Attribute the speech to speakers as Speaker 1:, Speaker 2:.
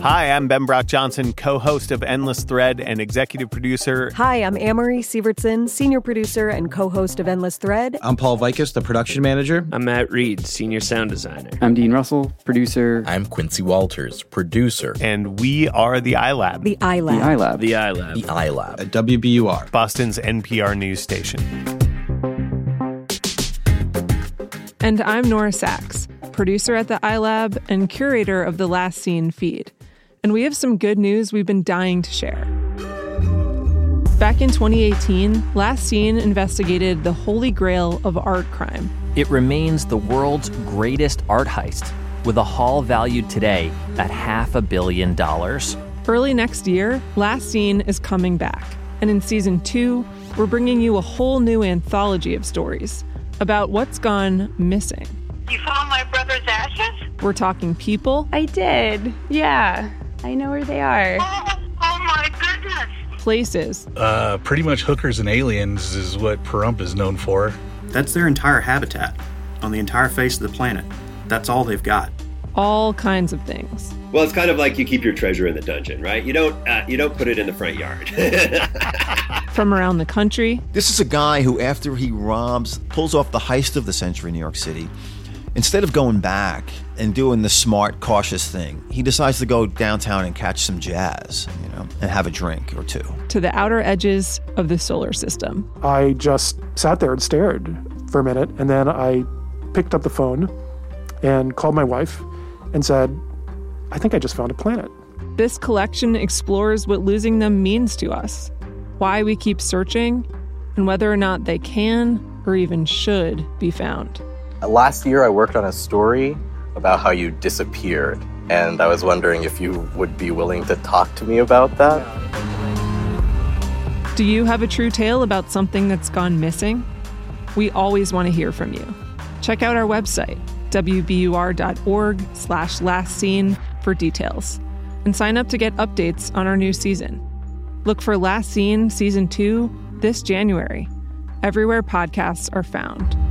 Speaker 1: Hi, I'm Ben Brock Johnson, co host of Endless Thread and executive producer.
Speaker 2: Hi, I'm Amory Sievertson, senior producer and co host of Endless Thread.
Speaker 3: I'm Paul Vikas, the production manager.
Speaker 4: I'm Matt Reed, senior sound designer.
Speaker 5: I'm Dean Russell, producer.
Speaker 6: I'm Quincy Walters, producer.
Speaker 1: And we are the iLab,
Speaker 2: The iLab.
Speaker 5: The iLab.
Speaker 4: The iLab.
Speaker 6: The iLab.
Speaker 3: At WBUR.
Speaker 1: Boston's NPR news station.
Speaker 7: And I'm Nora Sachs, producer at the iLab and curator of the Last Scene feed. And we have some good news we've been dying to share. Back in 2018, Last Scene investigated the holy grail of art crime.
Speaker 8: It remains the world's greatest art heist, with a haul valued today at half a billion dollars.
Speaker 7: Early next year, Last Scene is coming back. And in season two, we're bringing you a whole new anthology of stories about what's gone missing.
Speaker 9: You found my brother's ashes?
Speaker 7: We're talking people,
Speaker 10: I did. Yeah. I know where they are.
Speaker 9: Oh, oh my goodness.
Speaker 7: places,
Speaker 11: Uh, pretty much hookers and aliens is what Pahrump is known for.
Speaker 12: That's their entire habitat on the entire face of the planet. That's all they've got.
Speaker 7: all kinds of things.
Speaker 13: Well, it's kind of like you keep your treasure in the dungeon, right? You don't uh, you don't put it in the front yard.
Speaker 7: from around the country.
Speaker 14: This is a guy who, after he robs, pulls off the heist of the century in New York City. Instead of going back and doing the smart, cautious thing, he decides to go downtown and catch some jazz, you know, and have a drink or two.
Speaker 7: to the outer edges of the solar system.
Speaker 11: I just sat there and stared for a minute, and then I picked up the phone and called my wife and said, I think I just found a planet.
Speaker 7: This collection explores what losing them means to us, why we keep searching, and whether or not they can or even should be found.
Speaker 11: Uh, Last year, I worked on a story about how you disappeared, and I was wondering if you would be willing to talk to me about that.
Speaker 7: Do you have a true tale about something that's gone missing? We always want to hear from you. Check out our website, wbur.org slash last scene for details. And sign up to get updates on our new season. Look for Last Scene Season 2 this January, everywhere podcasts are found.